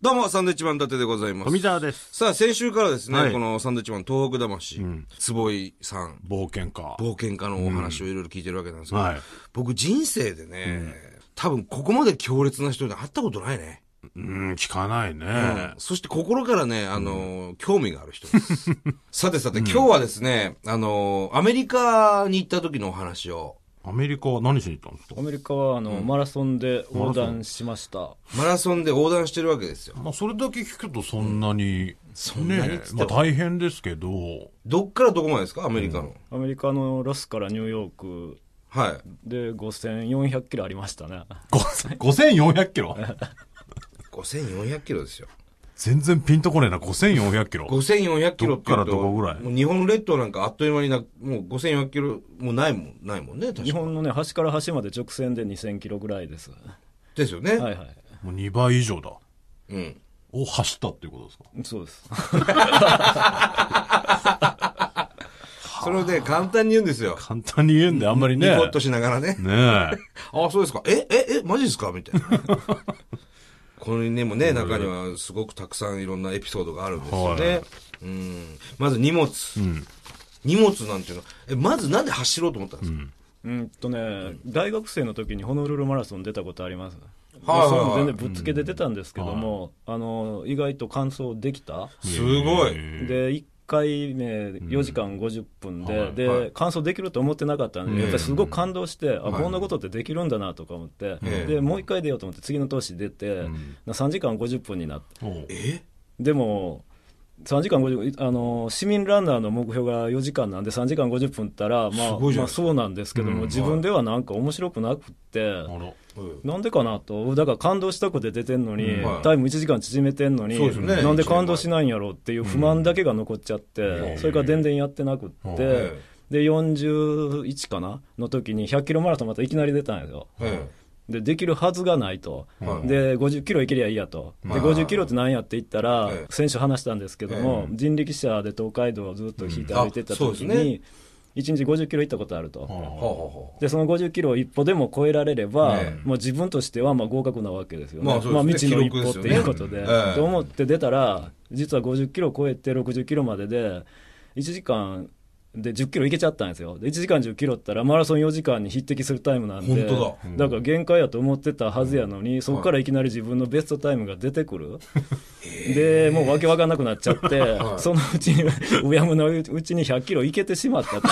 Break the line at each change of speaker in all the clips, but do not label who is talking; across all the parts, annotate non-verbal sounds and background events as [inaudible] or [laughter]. どうも、サンドイッチマン伊達でございます。
富澤です。
さあ、先週からですね、
はい
このサンドイッチマン東北魂、坪井さん、
冒険家。
冒険家のお話をいろいろ聞いてるわけなんですけど、
はい
僕人生でね、多分ここまで強烈な人に会ったことないね。
うん、聞かない
うん
ね。
そして心からね、あのー興味がある人
[laughs]
です。さてさて、今日はですね、あのーアメリカに行った時のお話を、
アメリカは何しに行ったんですか
アメリカはあの、マラソンで横断しました。
マラソンで横断してるわけですよ。
まあ、それだけ聞くとそんなに、
そんなにっ
ね
つっ
ま
て
あ、
も
大変ですけ [laughs] ど、
どっからどこまでですかアメリカの。
アメリカのロスからニューヨーク
はい。
で5400キロありましたね。
5400キロ [laughs]
5400キロですよ。
全然ピンとこねえな、5400キロ。
5400キロっていうと
どっからどこぐらい
もう日本列島なんかあっという間にな、もう5400キロ、もうないもん、ないもんね、確か
日本のね、端から端まで直線で2000キロぐらいです。は
ですよね。
いはい。
もう2倍以上だ。
うん。
を走ったっていうことですか
そうです。
それで簡単に言うんですよ。
簡単に言うんであんまりね。
ニコッとしながらね。
ね
ああ、そうですか。え、え、え、マジですかみたいな。これにもね、中にはすごくたくさんいろんなエピソードがあるんですよね。
はい
うん。まず荷物。荷物なんていうの。え、まずなんで走ろうと思ったんですか、
[laughs]
うんとね、大学生の時にホノルルマラソン出たことあります。
はいはいはい
まあそれも全然ぶっつけで出たんですけども、あの、意外と完走できた。
え。
すごい。
ええ
で1回目4時間50分で,、
はい
で
はい
完走できると思ってなかったん
え
で、
え
やっぱりすごく感動して、あこんなことってできるんだなとか思って、
ええ
でもう1回出ようと思って次の年出て、な3時間50分になって
おう
え
でも3時間50分あの市民ランナーの目標が4時間なんで3時間50分ったら、まあ、
ごいじゃ
ま
ないで
あ
すか
そうなんですけども、自分ではなんか面白くなくっ
あ
て。
ら。
うん
なんでかなと、だから感動したくて出てんのに、
はい
タイム1時間縮めてんのに、
そうですよね
なんで感動しないんやろうっていう不満だけが残っちゃって、それから全然やってなくって、
うん
え
で、41かなの時に100キロマラソンまたいきなり出たんやよ。
え
で、できるはずがないと。
はい
で、50キロいけりゃいいやと。で、
はい
50キロって何やって言ったら
ええ、
先週話したんですけども、人力車で東海道をずっと引いて歩いてた時
うんあそうで
に、1日50キロ行ったことあると。
あ
ほう
ら
ほうほう。
でその50キロを一歩でも超えられれば、
ええ
もう自分としてはまあ合格なわけですよね、
ま
ま
あそ
あ
うで
未
す
知
ね
の一歩っていうこと
記録
で。
ですよねええ
と思って出たら、実は50キロ超えて60キロまでで、1時間で10キロいけちゃったんですよ、で1時間10キロったら、マラソン4時間に匹敵するタイムなんで、
本当だう
だから限界やと思ってたはずやのに、そこからいきなり自分のベストタイムが出てくる。でもうわけわかんなくなっちゃ
[laughs]
って、そのうちに、うやむのうちに100キロいけてしまったと。
あ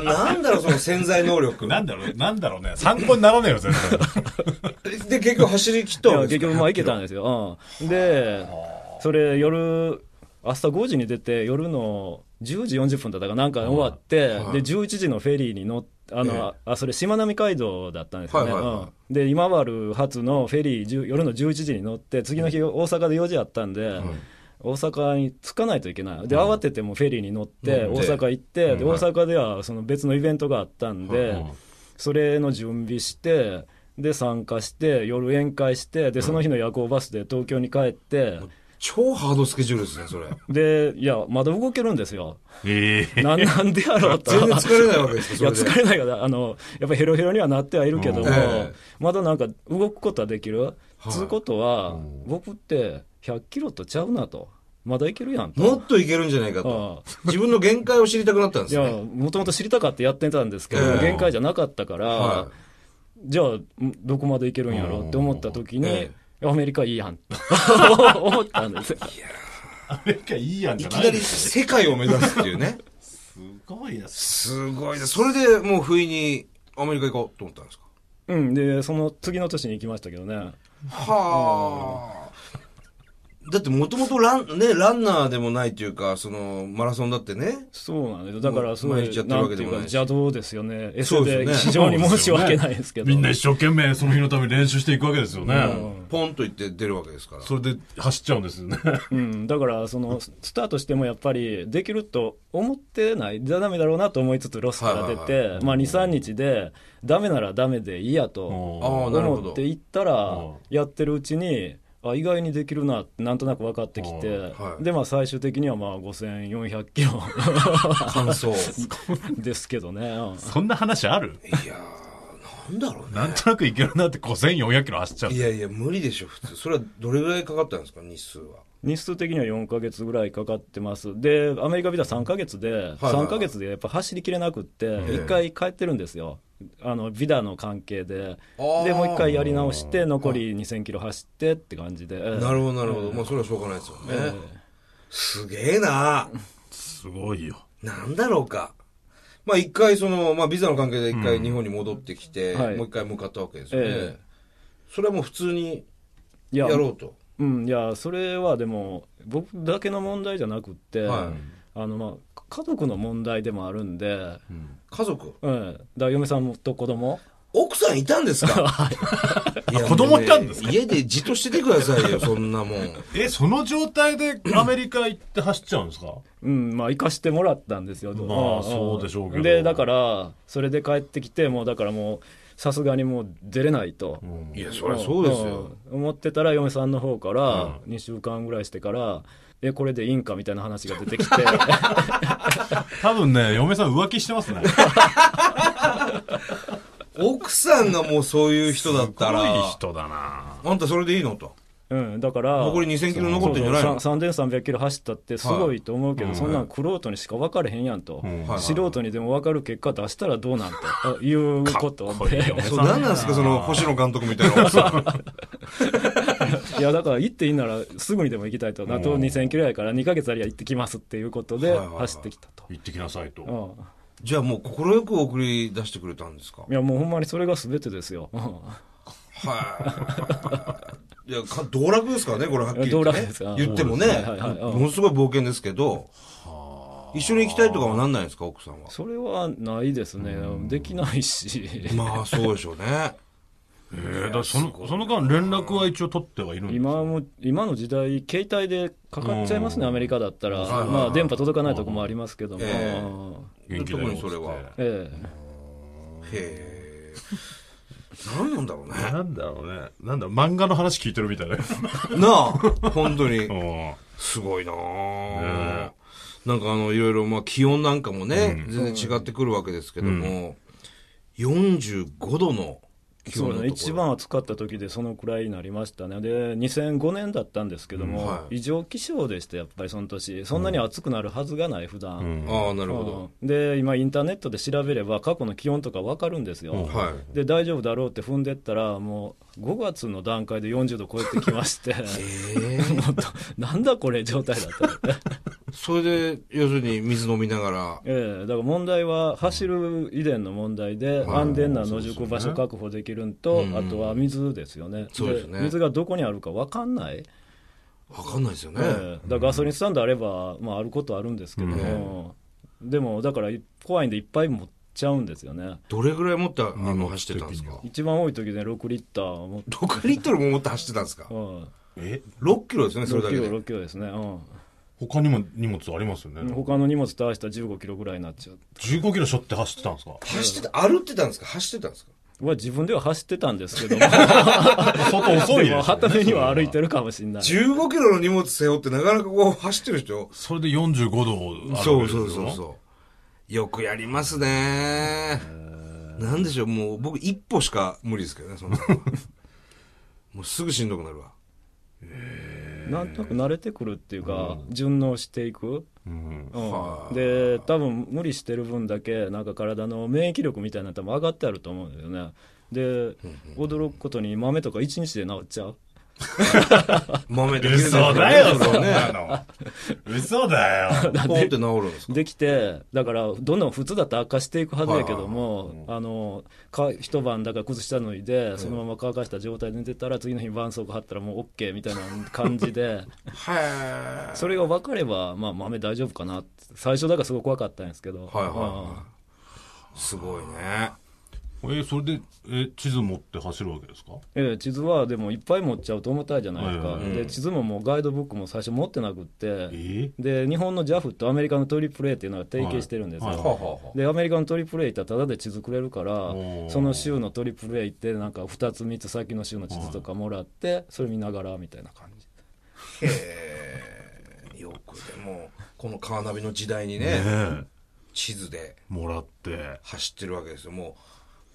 ーなんだろう、その潜在能力。
なんだろう、なんだろうね。参考にならねえよ、全然。
で、結局走り切った
いや
わけで
結
すか
局まあ行けたんですよ、うん、でそれ夜朝5時に出て夜の10時40分だったかなんか終わって、で11時のフェリーに乗ってあの、あそれしまなみ海道だったんですよね、
はいはいはい
うんで今治発のフェリー10夜の11時に乗って次の日大阪で4時あったんで、大阪に着かないといけないで慌ててもうフェリーに乗って
乗っ
大
て
阪行って、で大阪ではその別のイベントがあったんで、それの準備して、で、参加して、夜宴会して、で、その日の夜行バスで東京に帰って、
超ハードスケジュールですね、
[laughs]
それ。
で、いや、まだ動けるんで
[laughs]
すよ。
[laughs] え [laughs] え。
なんなんでやろうと。
全然疲れないわけですか、
いや、
それ
疲
で。
れないから、あの、やっぱヘロヘロにはなってはいるけど
う
も、
ん
ええ
まだなんか動くことはできる。
い
つうことは、僕って100キロとちゃうなと。まだいけるやんと。
もっといけるんじゃないかと。
ああ
自分の限界を知りたくなったんで
い
す
や
ね。、
もともと知りたかってやってたんですけど、
ええ
限界じゃなかったから、
は
じゃあ、んどこまでいけるんやろって思った時に、
え
アメリカいいや
[laughs]
ん。思ったんですよ。
アメリカいいやん
い。
じ
い
ゃ
き
ない
なり世界を目指すっていうね。
すごいな。
すごいね。それでもう不意にアメリカ行こうと思ったんですか。
うん、で、その次の年に行きましたけどね。
はあ。だってもともとラン、ね、ランナーでもないというか、その、マラソンだってね。
そうなんですよ。だから、すご
毎日やってる
い、な
わ
ん
け
て
で
い
も
う
な
か
いし
邪道ですよね。エ
そう
セ
ですよね
で非常に申し訳ないですけど。
みんな一生懸命その日のために練習していくわけですよね。
ポンと行って出るわけですから。
それで走っちゃうんですよね。
うん、だから、その、スタートしてもやっぱり、できると思ってない、じゃダメだろうなと思いつつ、ロスから出
は
て、まあ、2、3日で、ダメならダメでいいやと。
ああ、なるほ
思
ど
って。いったら
うん
やってるうちにあ意外にできるなってなんとなく分かってきて、
うん
はい
でまあ最終的にはまあ5400キロ [laughs]
感想。
ですけどね、うん
そんな話ある
いやーなんだろうね。
なんとなくいけるなって5400キロ走っちゃう
い。やいや、無理でしょ、普通。それはどれぐらいかかったんですか、日数は。
日数的には4ヶ月ぐらいかかってます、で、アメリカビタ3ヶ月で、
はい
3ヶ月でやっぱ走りきれなくって、1回帰ってるんですよ、あのビダの関係で、
あー
でもう1回やり直して、残り2000キロ走ってって感じで、
なるほど、なるほど。まあ、それはしょうがないですよね。すげえな
すごいよ。
なんだろうか。まあ、一回、その、まあ、ビザの関係で一回日本に戻ってきて、
はい
もう一回向かったわけですよね。
ええ
それはもう普通に
い
や
や
ろうと。
うん、いや、それはでも、僕だけの問題じゃなくって、
は
あのまあ、家族の問題でもあるんで、
家族。
うん、だから嫁さんと子供
奥さんいたんですかいや
あ子供いたんですか
もうね家でじっとしててくださいよ、そんなもん。
え、その状態でアメリカ行って走っちゃうんですか
うん、まあ、行かしてもらったんですよ。
まあ
んん
そうでしょうけど
で、だから、それで帰ってきて、もう、だからもう、さすがにもう出れないと。
いや、そりゃそうですよ。
うん。思ってたら、嫁さんの方から、2週間ぐらいしてから、え、これでいいんかみたいな話が出てきて、
多分ね、嫁さん浮気してますね。
奥さんがもうそういう人だったら、
すごい人だな
あんたそれでいいのと。
うん、だから、
残り2000キロ残ってんじゃないの
そうそうさん3300キロ走ったってすごいと思うけど、そんなん玄人にしか分かれへんやんと、
ん
はい
素人にでも分かる結果出したらどうなんとあいうこと
これ
で、
嫁
そう、
さん
なんなんですか、その、星野監督みたいな奥さ
[laughs]
ん。
いやだから行っていいならすぐにでも行きたいと、あと2000キロやから2ヶ月ありゃ行ってきますっていうことで
はいはいはい
走ってきたと。
行ってきなさいと。
うん
じゃあもう、快く送り出してくれたんですか
いやもうほんまにそれが全てですよ。うん
はい。いや、か道楽ですからね、これはっきり言って、ね。
道楽ですか
言ってもね、
そうですねはいはい
ものすごい冒険ですけど、一緒に行きたいとかはなんないんですか、奥さんは。
それはないですね。できないし。
まあ、そうでしょ
[laughs]
うね。
えー、だからその、その間連絡は一応取ってはいるんです
今も今の時代、携帯でかかっちゃいますね、アメリカだったら、
はい
まあ、電波届かないとこもありますけども、
え
え
元気だよ
特にそれは
っつって
え
へえ。何なんだろうね。
なんだろうね。なんだろう、漫画の話聞いてるみたいな。
なあ、本当
[laughs]
に。
うん
すごいなあ
ね
なんかあの、いろいろ、まあ、気温なんかもね、全然違ってくるわけですけども、45度の気
そ
温の
う
とこ
ね、
ろ。
一番暑かった時でそのくらいになりましたね、で2005年だったんですけども、
うんはい
異常気象でした、やっぱりその年、そんなに暑くなるはずがない、普段、
ああ、なるほど。
うんで今、インターネットで調べれば、過去の気温とか分かるんですよ、
はい。
で大丈夫だろうって踏んでったら、もう5月の段階で40度超えてきま
[laughs]
して、
ええ
もっとなんだこれ、状態だったって。
それで、要するに水飲みながら、
ええだから問題は走る遺伝の問題で、安全な野宿場所確保できるんと、
うん
あとは水ですよね
そうですね
水がどこにあるか分かんない、
わかんないですよね。
ええだからガソリンスタンドあれば、まあ、あることはあるんですけども、でもだから怖いんでいっぱい持っちゃうんですよね
どれぐらい持って、あの、走ってたんですか
一番多い時で6リッター持って、
?6 リットルも持って走ってたんですか
うん、
え
?6 キロですね、それ
6
だ
キ
け
ロ
で。
6キロですね、う
他にも荷物ありますよね。
ん、他の荷物と合わせたら15キロぐらいになっちゃう
15キロ背負って走ってたんです
[laughs]
か
走ってた、歩ってたんですか走ってたんですか
僕は自分では走ってたんです
[laughs]
けども
相当遅いです
で
よ
も
ね
旗目には歩いてるかもしれない
?15 キロの荷物背負ってなかなかこう走ってる人。
それで45度ある
そうそうそうそう。よくやりますね。なんでしょう、もう僕一歩しか無理ですけどね、そんなのもうすぐしんどくなるわ。
なんとなく慣れてくるっていうか、順応していく、
う。うん。
うん
はあ
で多分無理してる分だけなんか体の免疫力みたいなの多分上がってあると思うんだよねで驚くことに豆とか1日で治っちゃう
豆で
嘘
[laughs]
だよ、そん
ね。
なの。嘘だよ。
ポンって治るんですか
できてだからどんどん普通だって悪化していくはずやけども、あのか一晩だから靴下脱いでそのまま乾かした状態で寝てたら次の日絆創膏貼ったらもう OK みたいな感じで
[laughs] はい。はい
それが分かれば、まあ、豆大丈夫かなって最初だからすごい怖かったんですけ
は
ど、
い
うん
はい。すごいね。
え、それで、え、地図持って走るわけですか
ええ、地図はでもいっぱい持っちゃうと重たいじゃないですか、
うん
で地図ももうガイドブックも最初持ってなくって、
え
で日本の JAF とアメリカの AAA っていうのが提携してるんですよ、
はいは
はあはあはあ
でアメリカの AAA 行ったらタダで地図くれるから
おー
その州の AAA 行ってなんか2つ3つ先の州の地図とかもらってそれ見ながらみたいな感じ
へえ。よくでも、このカーナビの時代にね、
ええ。
地図で
もらって。
走ってるわけですよ。も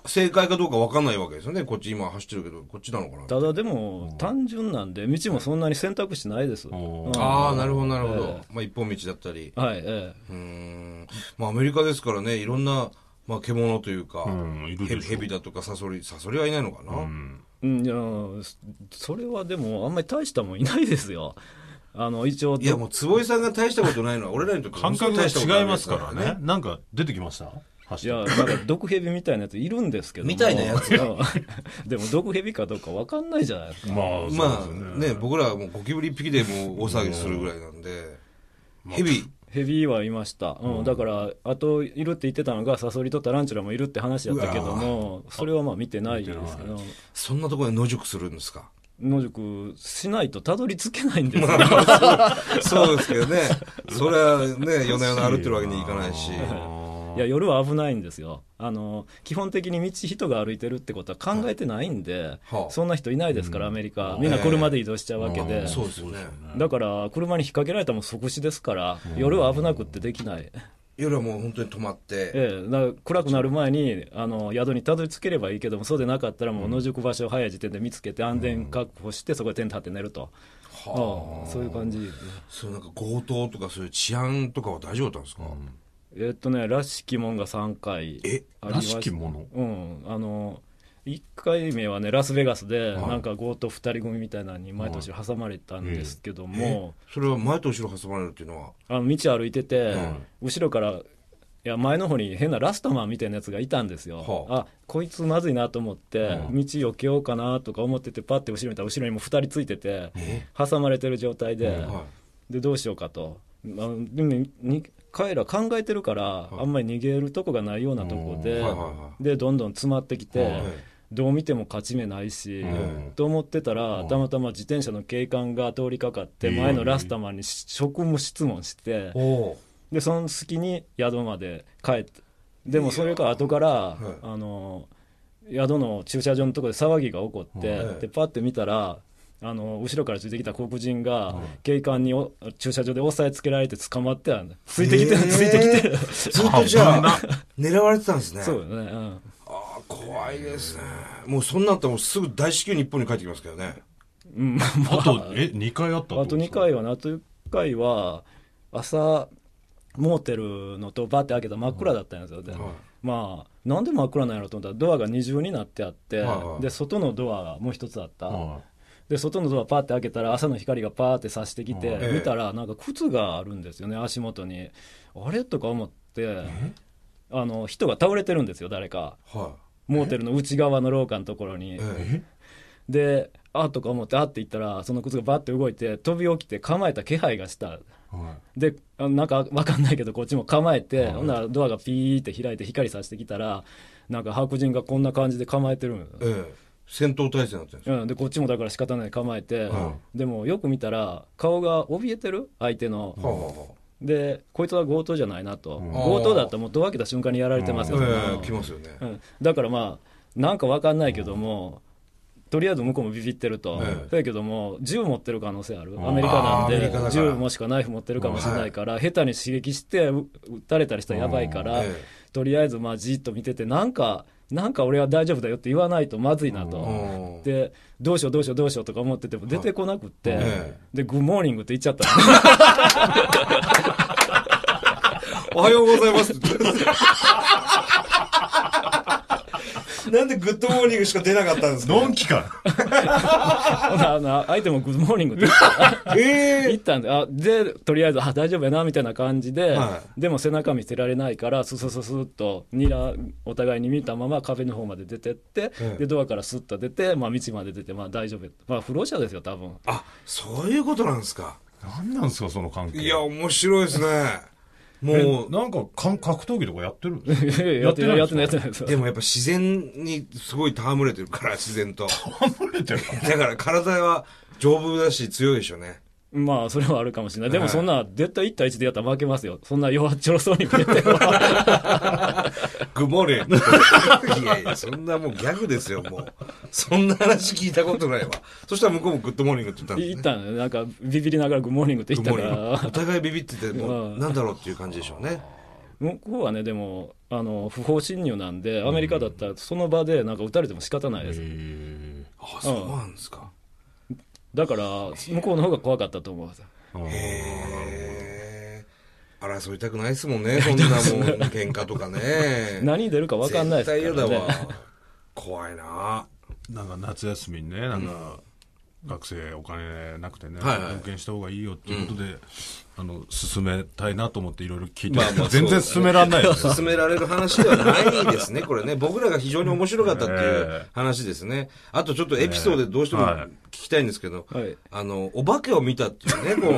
う、正解かどうか分かんないわけですよね。こっち今走ってるけど、こっちなのかな。
ただでも単純なんで道もそんなに選択肢ないです、
ん
うん
ああ、なるほど、なるほど。まあ、一本道だったり。
はいえ
うーん。まあ、アメリカですからね、いろんな、まあ、獣というか、
んいる
ヘ
でしょ
ビヘビだとかサソリ、サソリはいないのかな。
えうんいやそそれはでもあんまり大したもんいないですよあの一応
いや、もう、坪井さんが大したことないのは、俺らにとって
感覚が
大したことあ
違い
るわけ
ま
です
からね。。なんか出てきました
い
走
や
っ
な
て
んか毒蛇みたいなやついるんですけども
みたいなやつ
うん [laughs] でも毒蛇かどうか分かんないじゃないですか
まあ、
ま
そうですよ
あ、ね、僕らはもうゴキブリ一匹でもう大騒ぎするぐらいなんで、ヘビ、
蛇はいました、うんだからあといるって言ってたのがサソリとタランチュラもいるって話やったけどもそれはまあ見てないですけど
そんなところで野宿するんですか。
野宿しないとたどり着けないんですよ、
そうですけどね。それはね、夜な夜な歩ってるわけにいかないし。
[laughs] いや夜は危ないんですよあの基本的に道人が歩いてるってことは考えてないんで、
はあ
そんな人いないですから、アメリカみんな車で移動しちゃうわけで、
そうですよね。
だから車に引っ掛けられたらもう即死ですから、夜は危なくってできない、
夜はもう本当に泊まって、
ええ、だから暗くなる前にあの宿にたどり着ければいいけどもそうでなかったらもう野宿場所を早い時点で見つけて安全確保してそこでテント張って寝ると、ああそういう感じ
そうなんか強盗とかそういう治安とかは大丈夫だったんですか、
えっとねらしきもんが3回
え
ありまし
らしきもの
うんあの1回目はねラスベガスでなんか強盗2人組みたいなのに毎年挟まれたんですけども、
それは前と後ろ挟まれるっていうのは、
あの道歩いてて、後ろからいや前の方に変なラストマンみたいなやつがいたんですよ、
はあ
あこいつまずいなと思って、道避けようかなとか思っててパッて後ろ見たら後ろにも2人ついてて挟まれてる状態で、
は
でどうしようかと、まあ、でもに彼ら考えてるから、あんまり逃げるとこがないようなとこで、
はいはいは
でどんどん詰まってきて、
い
どう見ても勝ち目ないし、
ん
と思ってたら、たまたま自転車の警官が通りかかって、前のラスタマンに職務質問して
い、お
でその隙に宿まで帰ってでもそれから後から、
はい
あの宿の駐車場のところで騒ぎが起こって、
はい
でパッて見たらあの後ろからついてきた黒人が警官にお駐車場で押さえつけられて捕まってたんだついてきてる、
えー
ついてきてる
ずっとじゃあ狙われてたんですね
そうよね、うん、
ああ怖いですねもうそんなんあったらもうすぐ大至急日本に帰ってきますけどね
あと、え、2回あった
あと2回はねあと1回は朝モーテルのとバって開けたら真っ暗だったんですよ、でまあなんで真っ暗なんやろと思ったらドアが二重になってあって、
はいはい
で外のドアがもう一つあった、
は
で外のドアパーって開けたら朝の光がパーって差してきて、
ええ
見たらなんか靴があるんですよね足元にあれとか思ってあの人が倒れてるんですよ誰か
は
モーテルの内側の廊下のところ
い
に、
え
であとか思ってあって言ったらその靴がバッて動いて飛び起きて構えた気配がした
いは
であなんかわかんないけどこっちも構えて、ほんならドアがピーって開いて光さしてきたらなんか白人がこんな感じで構えてるん
ええ戦闘態勢になってるんです
うん、でこっちもだから仕方ない構えて、
うん
でもよく見たら顔が怯えてる相手の、
はあはあは
でこいつは強盗じゃないなと、
ん
強盗だったらもうドア開けた瞬間にやられてますよ、そんな
あ
の
ええ来ますよね
うん、だからまあなんかわかんないけども、とりあえず向こうもビビってると、
ええ
だけども銃持ってる可能性ある、
ん
アメリカなん
あーアメリ
で
カだから
銃もしくはナイフ持ってるかもしれないから、下手に刺激してう撃たれたりしたらやばいから、
うんえ
とりあえずまあじっと見ててなんかなんか俺は大丈夫だよって言わないとまずいなと。
うん
でどうしようどうしようどうしようとか思ってても出てこなくって、
え
で「グッモーニング」って言っちゃった
おはようございますって言ってます。 [laughs] なんでグッドモーニングしか出なかったんです
い。
か
のんきか。
[laughs] ほなあの相手も「グッモーニング」って言った
え
言ったんであでとりあえずあ大丈夫やなみたいな感じで、
は
でも背中見せられないからススススッとにらお互いに見たまま壁の方まで出てって、
ええ
でドアからスッと出て、まあ、道まで出て、まあ、大丈夫やまあ不老者ですよ多 [laughs] 分
あ、そういうことなんですか。
なんなんですか、その関係。
いや、面白いですね。も
え
う、
なんかかん格闘技とかやって
[laughs]
るん。
やってないやってないやってないいです
でもやっぱ自然にすごい戯れてるから、自然と。
守れてる
だから体は丈夫だし強いでしょうね。
まあそれはあるかもしれないでもそんな絶対1対1でやったら負けますよそんな弱っちょろそうに見えても
グ
[laughs]
ッモーニン [laughs] グ。いやいや、そんなもうギャグですよ、もう。そんな話聞いたことないわ。そしたら向こうもグッドモーニングって言ったんです
言っ
ね。
たのよなんかビビりながら「グッモーニング」って言
グ
っ
ッ
た
モ
か
ーニング。お
ら
互いビビってて、も
う
う、
ん
なんだろうっていう感じでしょうね。
[laughs] 向こうはねでもあの不法侵入なんでアメリカだったらその場でなんか撃たれても仕方ないです、
あそうなんですか、
だから向こうの方が怖かったと思う
へえ争いたくないですもんねそんなもん喧嘩とかね
何出るか分かんないです
絶
から
対嫌だ
ね
わ怖いな
なんか夏休みにね、なんか、学生お金なくてね、
はいはい
貢献した方がいいよっていうことで、あの、進めたいなと思っていろいろ聞いて、
まあまあ
全然進めらんない
[laughs]
よね。
進められる話ではないです
[laughs]
ね、これね。僕らが非常に面白かったっていう
ええ
話ですね。あとちょっとエピソードでどうしても
はい
聞きたいんですけど、
はい
あの、お化けを見たっていうね、
[laughs]
こ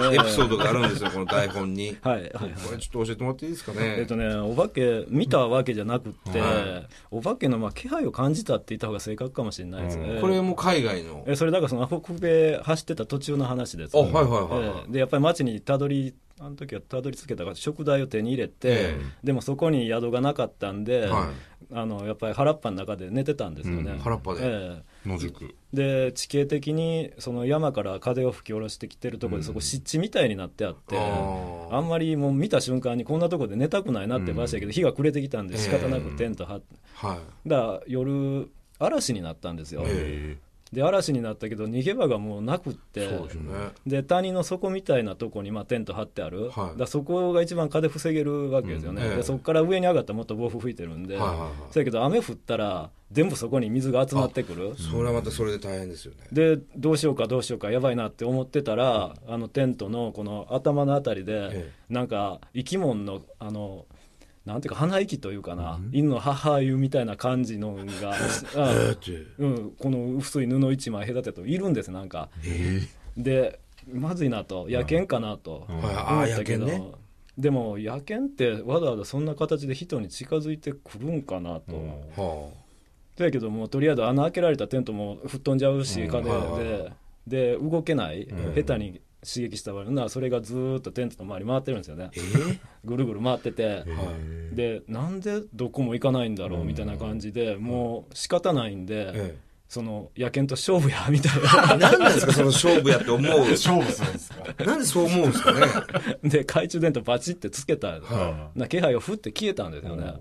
のエピソードがあるんですよ、この台本に。
はいはいはい
これちょっと教えてもらっていいですか
えっ
ね。
とね、お化け見たわけじゃなくって、
は
お化けのまあ気配を感じたって言った方が正確かもしれないですね、
これも海外の。
えそれだからそのアフコベ走ってた途中の話です、
あ、はいはいはいはい
ええでやっぱり町にたどりあの時はたどり着けたから食材を手に入れて、
ええ
でもそこに宿がなかったんで、
は
あのやっぱり原っぱの中で寝てたんですよね、
うん
原っぱで
え
野宿。
えで地形的にその山から風を吹き下ろしてきてるところで、そこ湿地みたいになってあって、
あー
あんまりもう見た瞬間にこんなとこで寝たくないなって場所やけど、日が暮れてきたんで仕方なくテント張って、
はい。
だから夜嵐になったんですよ、
え
で嵐になったけど逃げ場がもうなくって
そうですよね。
で谷の底みたいなとこにまあテント張ってあ
い
る、だからそこが一番風防げるわけですよね、
うんええ
でそこから上に上がったらもっと暴風吹いてるんで、
はいはいはい
そやけど雨降ったら全部そこに水が集まってくる
それはまたそれで大変ですよね。
でどうしようかどうしようかやばいなって思ってたら、あのテントのこの頭のあたりで、
え
なんか生き物のあのなんていうか鼻息というかな、犬の母湯みたいな感じのが、あ
だって、
うん、この薄い布一枚隔てといるんですなんか
え
でまずいなと野犬かなと
ん
思
はいああ、
っ
野
たけ
犬
ど、
ね。
でも野犬ってわざわざそんな形で人に近づいてくるんかなと、
は
だけどもうとりあえず穴開けられたテントも吹っ飛んじゃうし風で、で動けない、下手に刺激した場合なそれがずーっとテントの周り回ってるんですよね
あ。えー
ぐるぐる回ってて、
は
でなんでどこも行かないんだろうみたいな感じで、もう仕方ないんで、
ええ
その野犬と勝負や [laughs] みたいな
[laughs] 何なんですか、その勝負やって思う。
[laughs] 勝負するんですか
なんでそう思うんですかね。
で懐中電灯バチってつけた、
は
な気配をふって消えたんですよね、
はい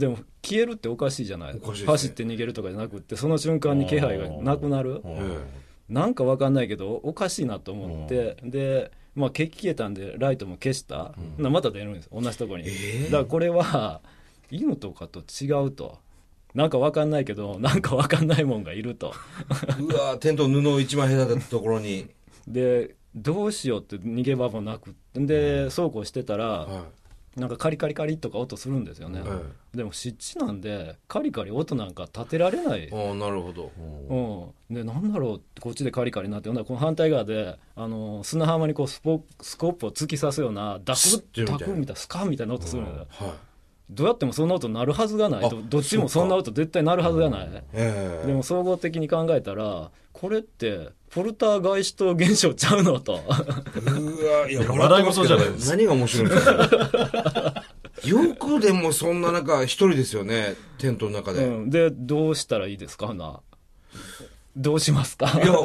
でも消えるっておかしいじゃない
おかしいですね
走って逃げるとかじゃなくってその瞬間に気配がなくなる、
ええ
なんかわかんないけどおかしいなと思って、で、まあ、消消えたんでライトも消した、なまた出るんです同じとこに、
ええ
だからこれは犬とかと違うとなんかわかんないけどなんかわかんないもんがいると
うわーテントの布を一枚隔てたところに、
でどうしようって逃げ場もなくってでそうこうしてたら、
は
なんかカリカリカリとか音するんですよね、
は
でも湿地なんでカリカリ音なんか立てられない
い、ああなるほど
うん、でなんだろうってこっちでカリカリなってほんならこの反対側であの砂浜にこうスポスコップを突き刺すようなダク
スッてみ
ッ
たいな
ダクッみたいなスカンみたいな音するのよ、
はい
どうやってもそんな音鳴るはずがないど
あ
どっちもそんな音絶対鳴るはずがない、
ええ
でも総合的に考えたらこれってポルターガイスト現象ちゃうのと
うわいや
笑ってますけど
笑ってますけど何が面白いんですかそれよくでもそんな中一人ですよねテントの中で、い
うん、でどうしたらいいですかなどうしますか
やもう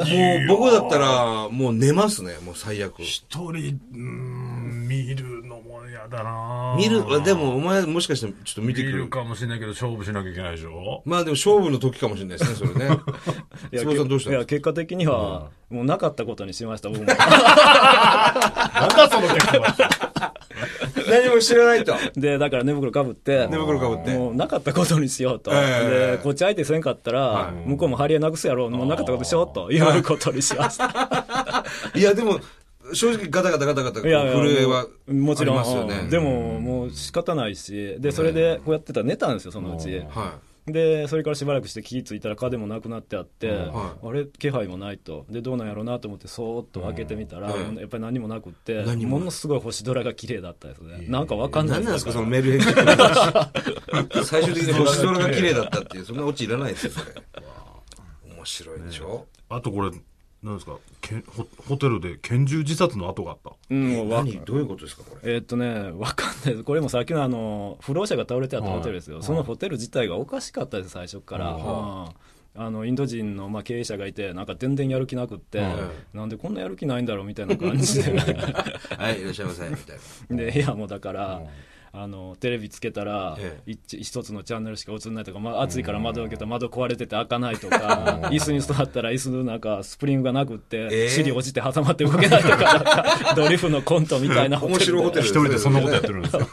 僕だったらもう寝ますねもう最悪
一人、うーん、見るのも嫌だな
見るあでもお前もしかしてちょっと見
見
てくる
るかもしれないけど、勝負しなきゃいけないでしょ
まあでも勝負の時かもしれないですねそ [laughs] れね
いや
坪井さんどうしたんで
いや
すか
結果的には、もうなかったことにしました僕も
なんだその結果
何も知らないと
でだから寝袋かぶって
寝袋かぶって
もうなかったことにしようと、
ええ
でこっち相手せんかったら、向こうも張り合いなくすやろうもうなかったことしようと言われることにし
[laughs]
ました
いやでも正直ガタガタガタガタ震
いやいや
えは
もちろん
ありますよね
でももう仕方ないしでそれでこうやってたら寝たんですよそのうち、
は
でそれからしばらくして気付いたら風もなくなってあって、
は
あれ気配もないとでどうなんやろうなと思ってそーっと開けてみたら、
うん
やっぱり何もなくって
何も
ものすごい星空が綺麗だったですね、なんかわか
い。
んない
何なんですか、そのメ
だ
ール返事。最終的に星空が綺麗だったっていう、そんなオチいらないですよ、それ。面白いでしょ
あとこれ、なんですかけんホ、ホテルで拳銃自殺の跡があった。
らうんもうわ
何どういうことですか、これ。
えーっとね、わかんないです、これもさっきのあの不老者が倒れてあったホテルですよ、そのホテル自体がおかしかったです、最初から。うんあのインド人のまあ経営者がいて、なんか全然やる気なくって、なんでこんな
[laughs]
やる気ないんだろうみたいな感じで、
はい、いらっしゃいませ、みたいな。
で部屋もだから、あのテレビつけたら
ええ
一一つのチャンネルしか映んないとか、まあ、暑いから窓開けたら窓壊れてて開かないとか椅子に座ったら椅子の中スプリングがなくって、
ええ
尻落ちて挟まって動けないとかなん
[laughs]
かドリフのコントみたいなホテル
面白いホテル
一人でそんなことやってるんですよ。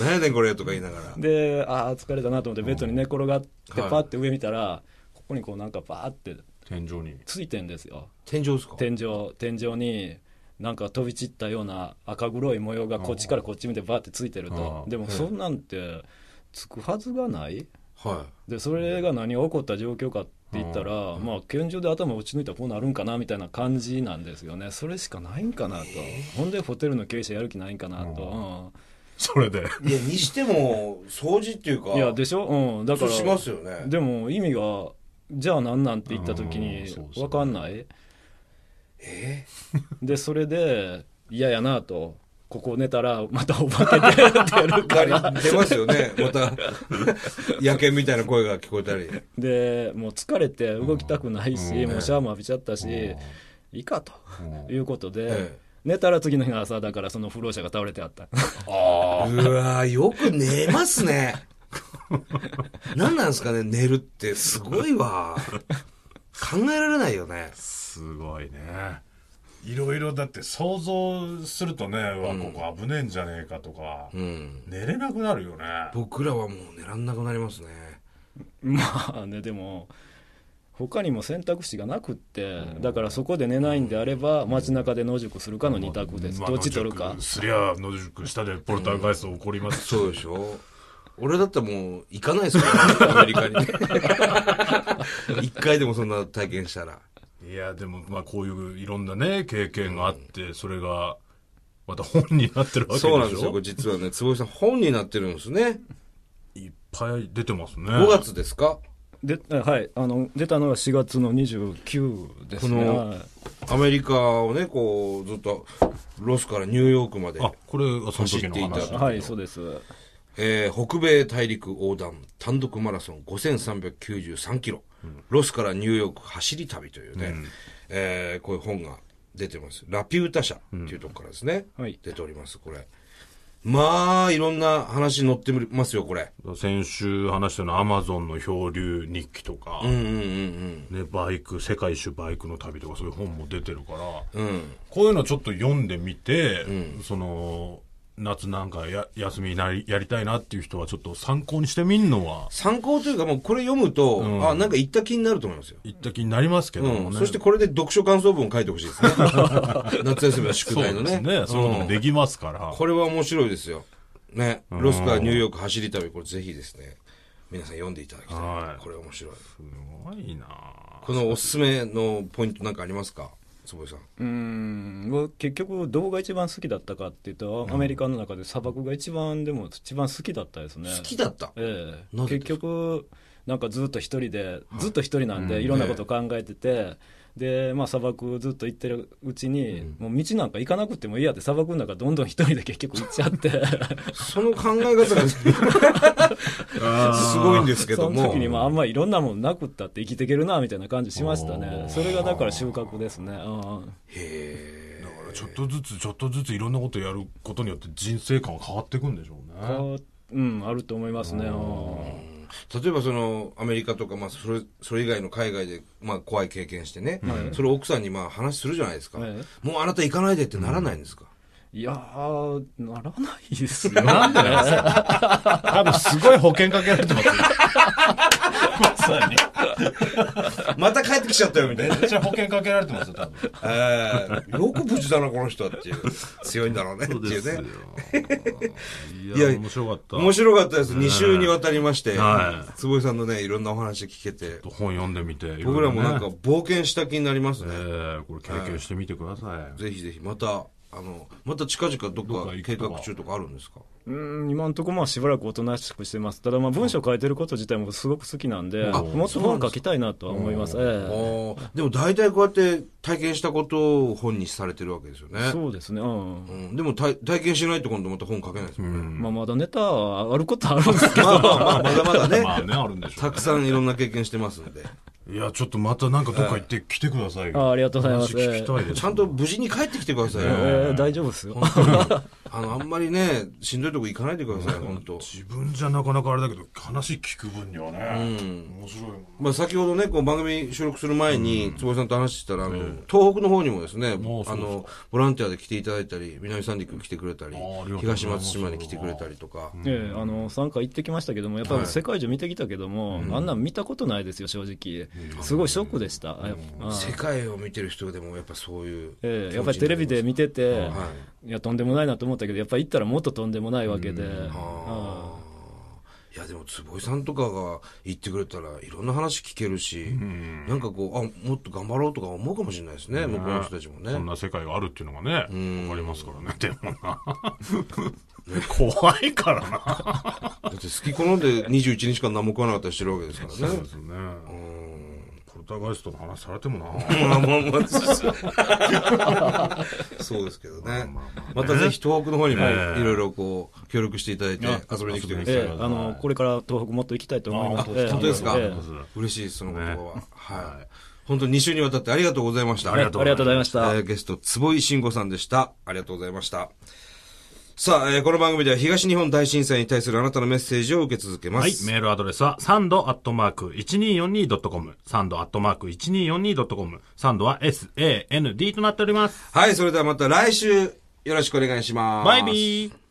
何やねんこれとか言いながら。
でああ疲れたなと思ってベッドに寝転がって
はい
パッて上見たら、ここにこうなんかバーって
天井に。
ついてんですよ
天井ですか
天井天井になんか飛び散ったような赤黒い模様がこっちからこっち見てバーってついてると
あー
でもそんなんてつくはずがない
は
でそれが何が起こった状況かって言ったら、まあ、拳銃で頭打ち抜いたらこうなるんかなみたいな感じなんですよねそれしかないんかなと、ほんでホテルの経営者やる気ないんかなと、
それで。
い。いや、にしても、掃除っていうか、
うんいやでしょ、うん、だから
しますよね。
でも意味がじゃあ何なんて言った時に
うんそうですね
分かんない
え
[laughs] でそれで嫌やなとここ寝たらまたお化け出るか
ー
ら
なり出ますよね。また、野犬みたいな声が聞こえたり。
[laughs]
でもう疲れて動きたくないし、
うん
もうシャワーも浴びちゃったし、
うん
いいかと
うん
いうことで、
え
寝たら次の日の朝だからその不老者が倒れてあった [laughs]
あ
うわーよく寝ますね。何なんですかね、寝るって。すごいわ。考えられないよね。
あ、すごいね。いろいろだって想像するとね、うわ、ここ危ねえんじゃねえかとか、
うん。
寝れなくなるよね。
僕らはもう寝らんなくなりますね。
まあねでも他にも選択肢がなくってだからそこで寝ないんであれば街中で野宿するかの二択です、
まあ
どっち取るか
野宿すりゃ野宿下でポルターガイスト起こりますし
そうでしょ俺だったらもう行かないですから、ね、アメリカに。 [laughs] 一回でもそんな体験したら。
いや、でも、まあ、こういういろんなね、経験があって、それが、また本になってるわけでしょ
そうなんですよ。これ実はね、坪井さん本になってるんですね。
いっぱい出てますね。
5月ですか
であはいあの出たのが4月の29ですね
この
はい
アメリカをね、こう、ずっと、ロスからニューヨークまで、
あ、これがその
走
時の
ってい
話
た。
はい、そうです。
えー北米大陸横断単独マラソン5393キロ、ロスからニューヨーク走り旅というね、えーこういう本が出てます。ラピュータ社っていうとこからですね、
はい
出ております、これ。まあ、いろんな話載ってますよ、これ。
先週話したようなアマゾンの漂流日記とか、
うんうんうん
ね、バイク、世界一周バイクの旅とか、そういう本も出てるから、
うん。うん。
こういうのちょっと読んでみて、その、夏なんかや休みなりやりたいなっていう人はちょっと参考にしてみんのは
参考というか、もうこれ読むと、
ん
あ、なんか行った気になると思いますよ。
言った気になりますけどもね、
うん、そしてこれで読書感想文を書いてほしい
[laughs]
ですね。夏休みの宿題のね。
そうですね。そういうこともできますから。
これは面白いですよ。ね。ロスからニューヨーク走り旅、これぜひですね、皆さん読んでいただきたい。
はい
これ面白い。
すごいな
このおすすめのポイントなんかありますか坪井さん。
うーん、僕結局、どこが一番好きだったかっていうと、アメリカの中で砂漠が一番、でも一番好きだったですね。
好きだった。
ええ
なぜ
結
ですか
局、なんかずっと一人で、ずっと一人なんで、いろんなこと考えてて、で、まあ砂漠ずっと行ってるうちに、もう道なんか行かなくてもいいやって、砂漠の中どんどん一人で結局行っちゃって、
その考え方がすごいんですけど
そ
も。
の時にまああんまりいろんなもんなくったって生きていけるな、みたいな感じしましたね。それがだから収穫ですね。うん
へえ。
ちょっとずつちょっとずついろんなことやることによって人生観は変わっていくんでしょうね。
こううん、あると思いますね。うん
例えばそのアメリカとか、まあ、それそれ以外の海外で、まあ、怖い経験してね、それを奥さんにまあ話するじゃないですか、
はい
もうあなた行かないでってならないんですか、
いやー、ならないですよ。
なんでなんですか多分すごい保険かけられてますよ。まさに。
また帰ってきちゃったよみたいな
めっちゃ保険かけられてますよ、多分。
えーよく無事だな、この人っていう。強いんだろうね、っていうね。
いや、面白かった。
面白かったです。2週にわたりまして、
は
坪井さんのね、いろんなお話聞けて、
本読んでみて。
僕らもなん
い
か
ろいろね
冒険した気になります
え
ね。
ーこれ経験してみてください。
ぜひぜひ、また、あの、また近々どっ
っ
か
か行
計
くと
画
か
中とかあるんですか
[laughs] うん、今のところまあしばらくおとなしくしてます。ただまあ文章書いてること自体もすごく好きなんで、
あ
もっと本書きたいなとは思います。え
あ
え
ーでも大体こうやって体験したことを本にされてるわけですよね。
そうですね。うん。
うん、でも体体験しないと今度また本書けないですもんね。
まあまだネタあることはあるんですけ [laughs] ど、
まあまあまあ、まだまだ
[laughs] まあ
ね、
ね、あるんでしょ
たくさんいろんな経験してますんで。
う。いや、ちょっとまたなんかどっか行ってきてくださいよ。
あありがとうございます
話聞きたいです。
ちゃんと無事に帰ってきてください
え
よ。
え大丈夫ですよ。
本当にあの、あんまりね、しんどいとこ行かないでください、本当。
自分じゃなかなかあれだけど、話聞く分にはね、面白いもん。
まあ、先ほどね、こう番組収録する前に、坪井さんと話してたら、あの東北の方にもですね、あ
そうですか
の、ボランティアで来ていただいたり、南三陸に来てくれたり
あーあり、がとうございます
東松島に来てくれたりとか、
ええあの参加行ってきましたけども、やっぱり世界中見てきたけども、あんなん見たことないですよ、正直、すごいショックでした、やっぱ
世界を見てる人でもやっぱそういう。
ええやっぱりテレビで見てて、、
はい
や、とんでもないなと思ったけど、やっぱり行ったらもっととんでもないわけで、ああ
いやでも坪井さんとかが言ってくれたらいろんな話聞けるし、なんかこうあもっと頑張ろうとか思うかもしれないですね向こうの人たちもね
そんな世界があるっていうのがね、わかりますからね、でもな。 [laughs] 怖いからな。
だって好き好んで21日間何も食わなかったりしてるわけですから
そう
ね
ですね。ポルターガイストの話されてもな。
まあまあまあそうですけどねまたぜひ東北の方にもい
ええ
ろいろこう協力していただいて
あ
遊びに来てください、
ええあのこれから東北もっと行きたいと思います。
あ
ええ
本当ですか、
ええ
嬉しいですその言葉は、
は
はい本当に2週にわたってありがとうございました
ありがとう
ありがとうございました。
えーゲスト、坪井慎吾さんでした。ありがとうございました。さあ、えーこの番組では東日本大震災に対するあなたのメッセージを受け続けま
はい。
す。
メールアドレスは、サンドアットマーク 1242.com。サンドアットマーク 1242.com。サンドは SAND となっております。
はい、それではまた来週よろしくお願いします。
バイビー